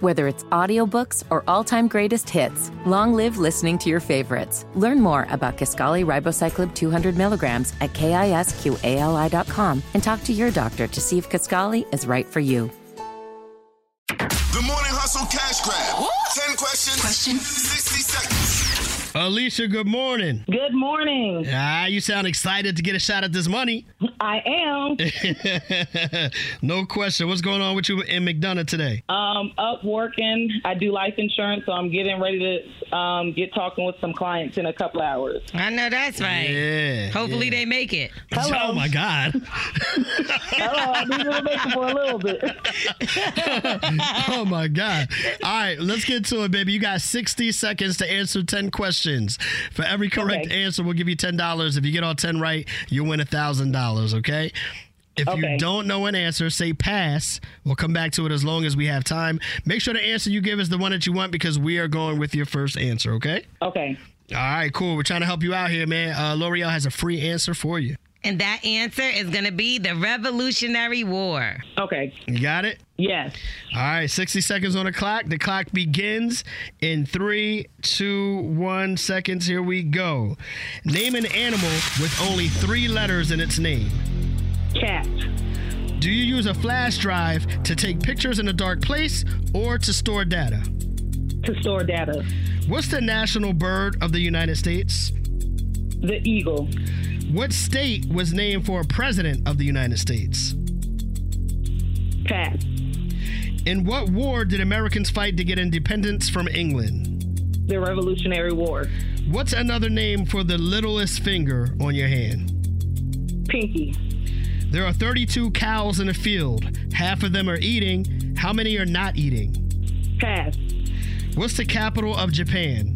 Whether it's audiobooks or all-time greatest hits, long live listening to your favorites. Learn more about Kaskali Ribocyclib 200 milligrams at kisqali.com and talk to your doctor to see if Kaskali is right for you. The Morning Hustle Cash Grab. 10 questions, 60 seconds. Alicia, good morning. Good morning. Ah, you sound excited to get a shot at this money. I am no question. What's going on with you in McDonough today? um, up working. I do life insurance, so I'm getting ready to um, get talking with some clients in a couple hours. I know that's right. Yeah, Hopefully they make it. Hello. Oh my God. Hello, I've been little making for a little bit. oh my God. All right, let's get to it, baby. You got 60 seconds to answer 10 questions. For every correct Okay. answer, we'll give you $10. If you get all 10 right, you win $1,000, okay? If you Okay. don't know an answer, say pass. We'll come back to it as long as we have time. Make sure the answer you give is the one that you want because we are going with your first answer, okay? Okay. All right, cool. We're trying to help you out here, man. Uh, L'Oreal has a free answer for you. And that answer is going to be the Revolutionary War. Okay. You got it? Yes. All right, 60 seconds on the clock. The clock begins in three, two, one seconds. Here we go. Name an animal with only three letters in its name. Cat. Do you use a flash drive to take pictures in a dark place or to store data? To store data. What's the national bird of the United States? The eagle. What state was named for a president of the United States? Pat. In what war did Americans fight to get independence from England? The Revolutionary War. What's another name for the littlest finger on your hand? Pinky. There are 32 cows in a field. Half of them are eating. How many are not eating? Pass. What's the capital of Japan?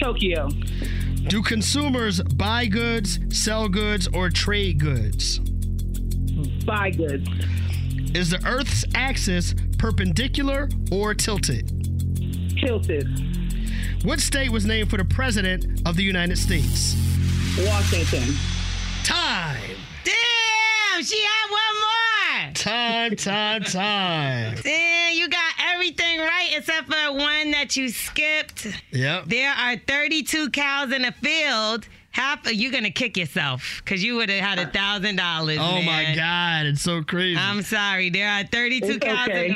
Tokyo. Do consumers buy goods, sell goods, or trade goods? Buy goods. Is the Earth's axis perpendicular or tilted? Tilted. What state was named for the president of the United States? Washington. Time! Damn, she had one more. Time, time, time. Damn, you got everything right except for one that you skipped. Yep. There are 32 cows in a field. Half, you're going to kick yourself because you would have had a $1,000. Oh my man. Um, God, it's so crazy. I'm sorry. There are 32 It's cows okay. Uh-huh. in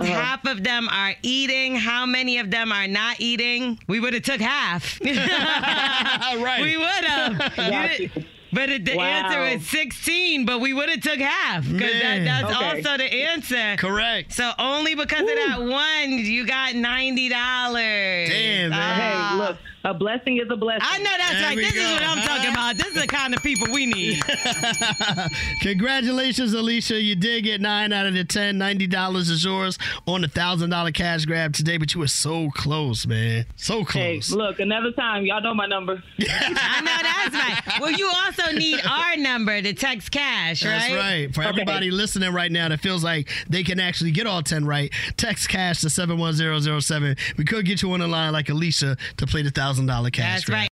the field. Half of them are eating. How many of them are not eating? We would have took half. Right. We would have. You did- But it, the Wow. answer is 16, but we would have took half because that, Man. that's Okay. also the answer. Correct. So only because of that one, you got $90. Damn, Uh, man. Hey, look, a blessing is a blessing. I know that's There right. we This is go, what I'm huh? talking about. This is the kind of people we need. Congratulations, Alicia. You did get nine out of the ten. Ninety dollars is yours on the thousand dollar cash grab today, but you were so close, man. So Hey, close. look, another time. Y'all know my number. I know that's right. Well, you also need our number to text cash, right? That's right. For everybody listening right now that feels like they can actually get all 10 right, text cash to 71007. We could get you on the line like Alicia to play the $1,000 cash. That's grab. right.